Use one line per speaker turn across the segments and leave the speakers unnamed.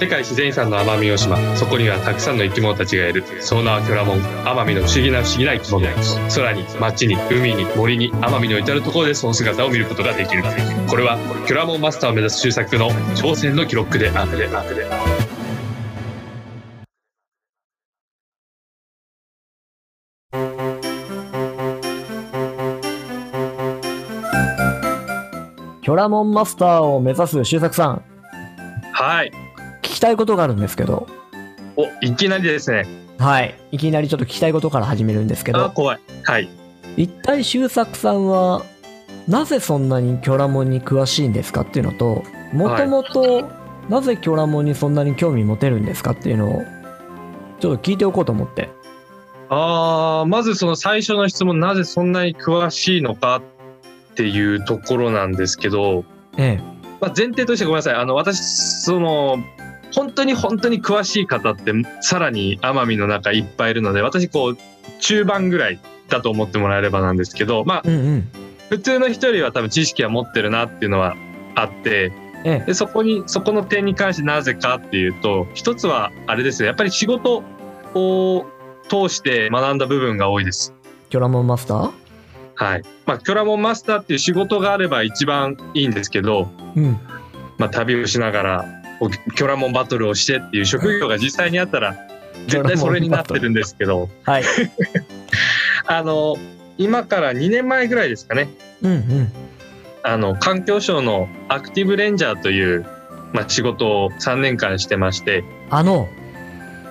世界自然遺産の奄美大島そこにはたくさんの生き物たちがいるその名はキョラモン奄美の不思議な不思議な生き物空に街に海に森に奄美の至る所でその姿を見ることができるこれはキョラモンマスターを目指す周作の挑戦の記録であるであるで
キョラモンマスターを目指す周作さん
はい
聞きたいことがあるんですけど
おいきなりですね
はいいきなりちょっと聞きたいことから始めるんですけ
あ
ど
怖いはい
一体周作さんはなぜそんなにキョラモンに詳しいんですかっていうのともともとなぜキョラモンにそんなに興味持てるんですかっていうのをちょっと聞いておこうと思って
あーまずその最初の質問なぜそんなに詳しいのかっていうところなんですけど、
ええ
まあ、前提としてごめんなさいあの私その本当に本当に詳しい方ってさらに奄美の中いっぱいいるので私こう中盤ぐらいだと思ってもらえればなんですけどまあ
うんうん
普通の人よりは多分知識は持ってるなっていうのはあって
ええ
でそこにそこの点に関してなぜかっていうと一つはあれですねやっぱり仕事を通して学んだ部分が多いです。
キョラモンマスター
はい。まあ、キョラモンマスターっていう仕事があれば一番いいんですけど、
うん
まあ、旅をしながら、こうキョラモンバトルをしてっていう職業が実際にあったら、絶対それになってるんですけど、
はい
あの、今から2年前ぐらいですかね、
うんうん
あの、環境省のアクティブレンジャーという、まあ、仕事を3年間してまして、
あ の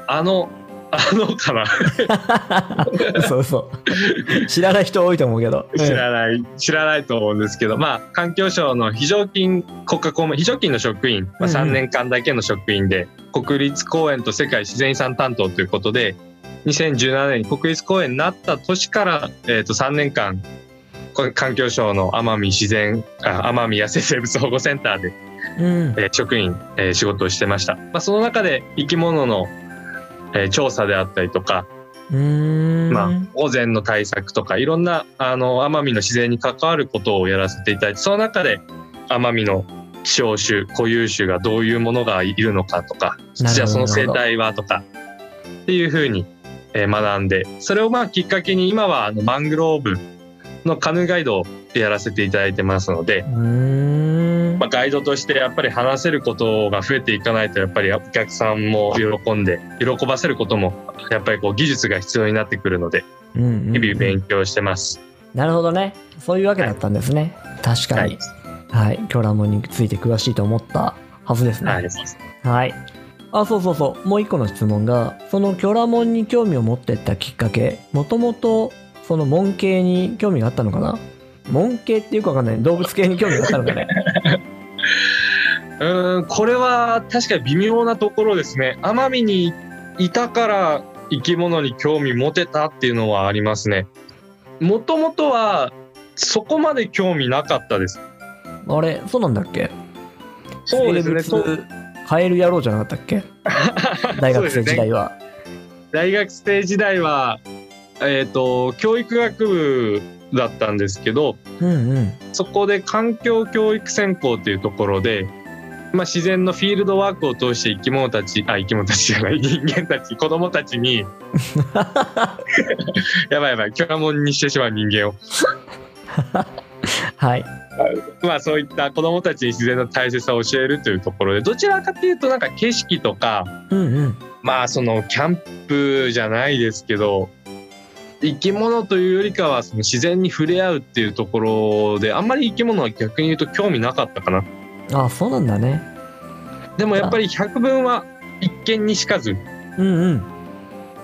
あの、あのかな
嘘嘘知らない人多いと思うけど
知らない、知らないと思うんですけど、まあ、環境省の非常勤国家公務員、非常勤の職員、まあ、
うんうん
3年間だけの職員で、国立公園と世界自然遺産担当ということで、2017年に国立公園になった年から、えっ、と、3年間、こ環境省の奄美自然、あ奄美野生生物保護センターで
うん
えー職員、えー仕事をしてました。まあ、その中で生き物の、えー調査であったりとか、
うーん
まあ、保全の対策とか、いろんな、あの、奄美の自然に関わることをやらせていただいて、その中で、奄美の希少種、固有種がどういうものがいるのかとか、
なるほど
じゃあその生
な
態はとか、っていうふうに、えー学んで、それをまあきっかけに、今はあのマングローブのカヌーガイドをやらせていただいてますので、
うーん
まあ、ガイドとしてやっぱり話せることが増えていかないとやっぱりお客さんも喜んで喜ばせることもやっぱりこう技術が必要になってくるので
うんうんう
日
ん
々勉強してます。
なるほどねそういうわけだったんですね、確かにはい、キョラモンについて詳しいと思ったはずですね
は
はい、
い、
あそうそうそうもう一個の質問がそのキョラモンに興味を持ってったきっかけもともとその門系に興味があったのかな門系っていうかわかんない動物系に興味があったのか ね
うーんこれは確かに微妙なところですね。奄美にいたから生き物に興味持てたっていうのはありますね。もともとはそこまで興味なかったです。
あれそうなんだっけ
そうですね。
生
そう
物カエル野郎じゃなかったっ け大学生時代は、
大学生時代は、えっと教育学部だったんですけど
うんうん
そこで環境教育専攻というところで、まあ、自然のフィールドワークを通して生き物たちあ生き物たちじゃない 人間たち子供たちにやばいやばいキョラモンにしてしまう人間を、
はい
まあ、そういった子供たちに自然の大切さを教えるというところでどちらかというとなんか景色とか
うんうん
まあそのキャンプじゃないですけど生き物というよりかはその自然に触れ合うっていうところであんまり生き物は逆に言うと興味なかったかな
あそうなんだね
でもやっぱり百聞は一見にしかず
うん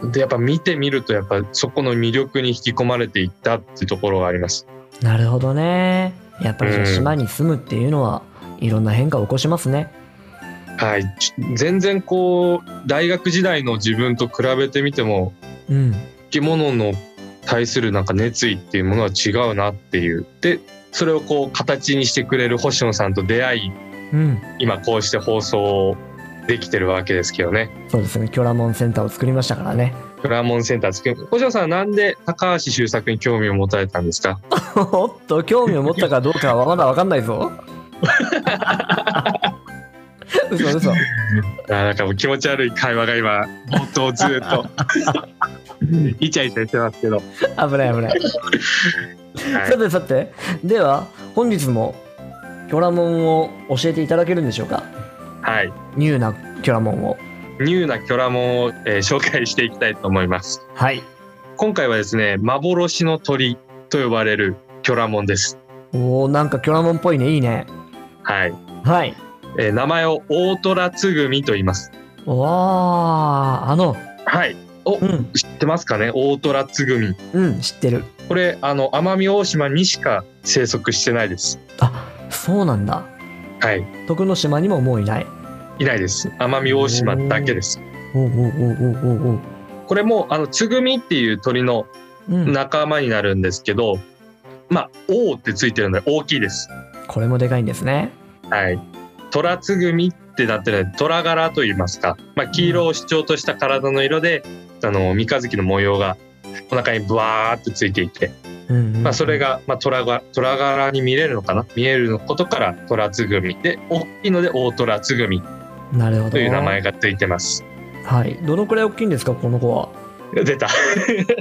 うん
でやっぱ見てみるとやっぱそこの魅力に引き込まれていったっていうところがあります
なるほどねやっぱりじゃあ
うん
島に住むっていうのは、いろんな変化を起こしますね
はいち全然こう大学時代の自分と比べてみても
うん
生き物の対するなんか熱意っていうものは違うなっていうでそれをこう形にしてくれる星野さんと出会い
うん
今こうして放送できてるわけですけどね
そうですねキョラモンセンターを作りましたからね
フラモンセンター作る星野さんなんで高橋周作に興味を持たれたんですか
おっ と興味を持ったかどうかはまだわかんないぞ嘘嘘。
あーなんかもう気持ち悪い会話が今冒頭ずーっとイチャイチャしてますけど、は
危ない危ない。さ
い、
てさて、では本日もキョラモンを教えていただけるんでしょうか
はい、
ニューなキョラモンを。
ニューなキョラモンを、えー紹介していきたいと思います
はい。
今回はですね幻の鳥と呼ばれるキョラモンです
おおなんかキョラモンっぽいね、いいね。
はい、
はい。
えー名前を大トラツグミと言います
わー、あの、
はい
うん、
知ってますかね大トラツグミ
うん、知ってる。
これあの奄美大島にしか生息してないです
あそうなんだ。
はい
徳之島にももういない。
いないです奄美大島だけです
おうおうおうおうおうおう。
これもあのつぐみっていう鳥の
うん、
仲間になるんですけど、まあ「王」ってついてるので大きいです。
これもでかいんですね。
はい虎つぐみってなってるので虎柄と言いますか、まあ、黄色を主張とした体の色で、あの三日月の模様がお腹にブワーっとついていて、
うんうん
まあ、それが、まあ、虎が虎柄に見れるのかな見えることから虎つぐみで大きいので大虎つぐみ
なるほど
という名前がついてます。
はいどのくらい大きいんですかこの子は
出た
ね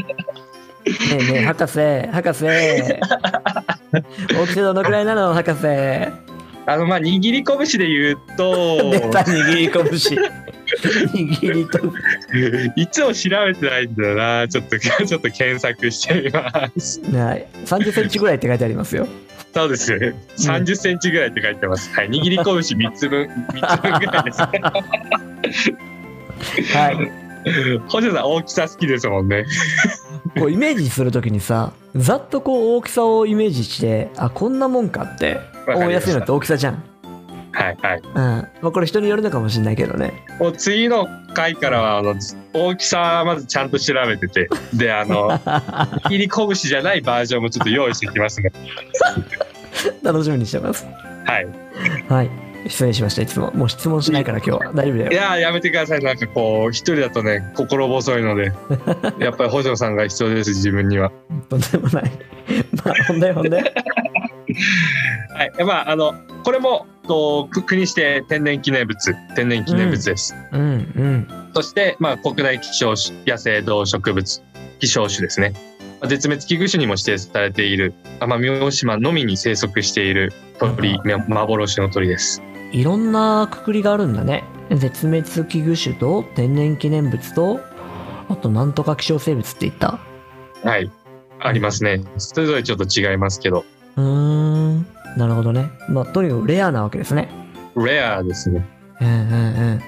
えねえ博士博 士大きさどのくらいなの博士
あのまあ握り拳で言うと
出た握り拳握りと
いつも調べてないんだよな。ちょっと、ち ょっと検索してみます。
はい3 0ンチぐらいって書いてありますよ
そうですよね。30センチぐらいって書いてます。はい。握り拳3つ分、3つ分ぐらいですね。
はい
星野さん、大きさ好きですもんね。
こうイメージするときにさざっとこう大きさをイメージしてあこんなもんかって思いやすいのって大きさじゃん
はい、はい。
うんまあ、これ人によるのかもしれないけどね
もう次の回からは、あの、大きさはまずちゃんと調べてて、で、あの、 握り拳じゃないバージョンもちょっと用意してき ますね。
楽しみにしてます
はい。
はい失礼しましたいつももう質問しないから今日は大丈夫だよ
いやーやめてください。なんかこう、一人だとね、心細いので、やっぱり星野さんが必要です、自分には。
とんでもない。まあ、ほんでほんで。
はい、まあ、あの、これも、と、く国指定天然記念物、天然記念物です。
うんうん。
そして、まあ、国内希少種、野生動植物、希少種ですね。まあ絶滅危惧種にも指定されている、奄美大島のみに生息している鳥、め幻の鳥です。
いろんなくくりがあるんだね。絶滅危惧種と天然記念物と、あとなんとか希少生物って言った。
はい。ありますね。それぞれちょっと違いますけど、
うーん。なるほどね。まあ、とにかくレアなわけですね。
レアですね。
うんうん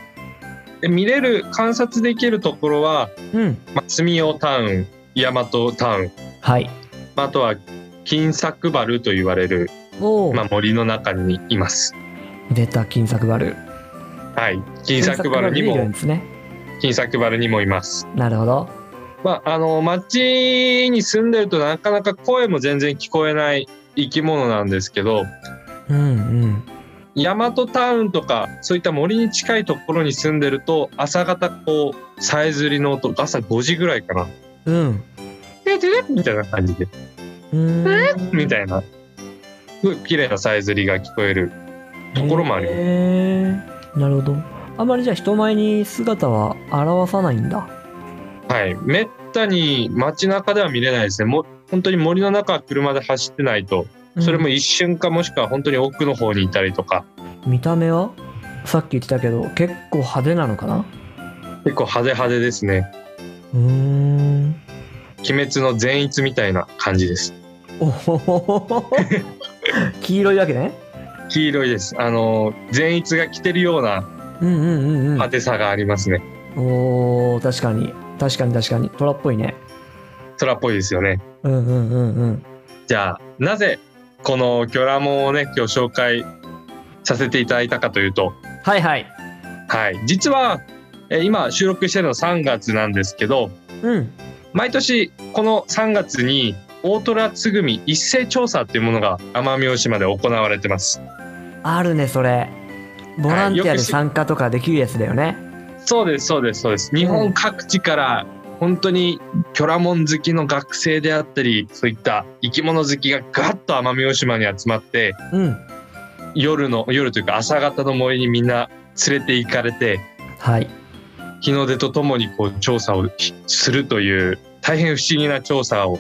で見れる、観察できるところは、
うん。うん。
まあ、住尾タウン、大和タウン、
はい。
まああとは、金作原と言われる
おお、
まあ、森の中にいます。
出た金作バル。
はい、金作バルに
金作バルいるん
も
ですね。
金作バルにもいます。
なるほど。
まああの町に住んでるとなかなか声も全然聞こえない生き物なんですけど、
うんうん。
大和タウンとかそういった森に近いところに住んでると朝方こうさえずりの音朝5時ぐらいかな。
うん。
ててみたいな感じで
うーん
みたいな。すごい綺麗なさえずりが聞こえるところもあります
へーなるほど。あまりじゃあ人前に姿は表さないんだ。
はい、めったに街中では見れないですね。もう本当に森の中は車で走ってないと、それも一瞬かもしくは本当に奥の方にいたりとか、
見た目はさっき言ってたけど結構派手なのかな
結構派手派手ですね。
うーん
鬼滅の善逸みたいな感じです。
おほほほほ 黄色いわけね
黄色いです。あの、善逸が着てるような
うんうんうん
派手さがありますね。
うんおー確かに確かに確かに虎っぽいね
虎っぽいですよね。
うんうんうんうん
じゃあ、なぜこのキョラモンをね、今日紹介させていただいたかというと、
はいはい
はい、実は、えー今収録してるの3月なんですけど、
うん
毎年この3月に大虎つぐみ一斉調査っていうものが奄美大島で行われてます
あるねそれボランティ
はいよ
ア
く
で
し
参加とかできるやつだよね
そうですそうですそうです日本各地から本当にキョラモン好きの学生であったりそういった生き物好きがガッと奄美大島に集まって
うん
夜の夜というか朝方の森にみんな連れて行かれて
はい。
日の出とともにこう調査をするという大変不思議な調査を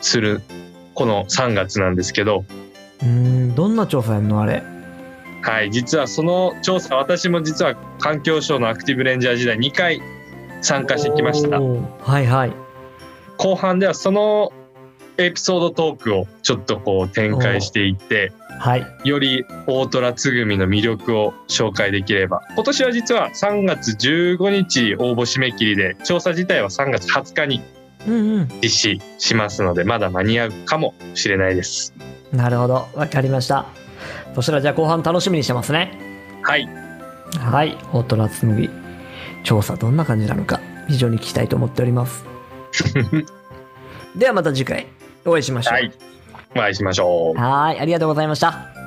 するこの3月なんですけど、
うーん、どんな調査やんのあれ。
はい、実はその調査私も実は環境省のアクティブレンジャー時代2回参加してきました
おーはいはい。
後半ではそのエピソードトークをちょっとこう展開していって
はい。
より大虎つぐみの魅力を紹介できれば今年は実は3月15日応募締め切りで調査自体は3月20日に
うんうん。
実施しますのでまだ間に合うかもしれないです
なるほど。わかりました。そしたらじゃあ後半楽しみにしてますね。
はい
はい。大人紬。調査どんな感じなのか、非常に聞きたいと思ってお ります。ではまた次回、お会いしましょう。
はいお会いしましょう
はーい。ありがとうございました。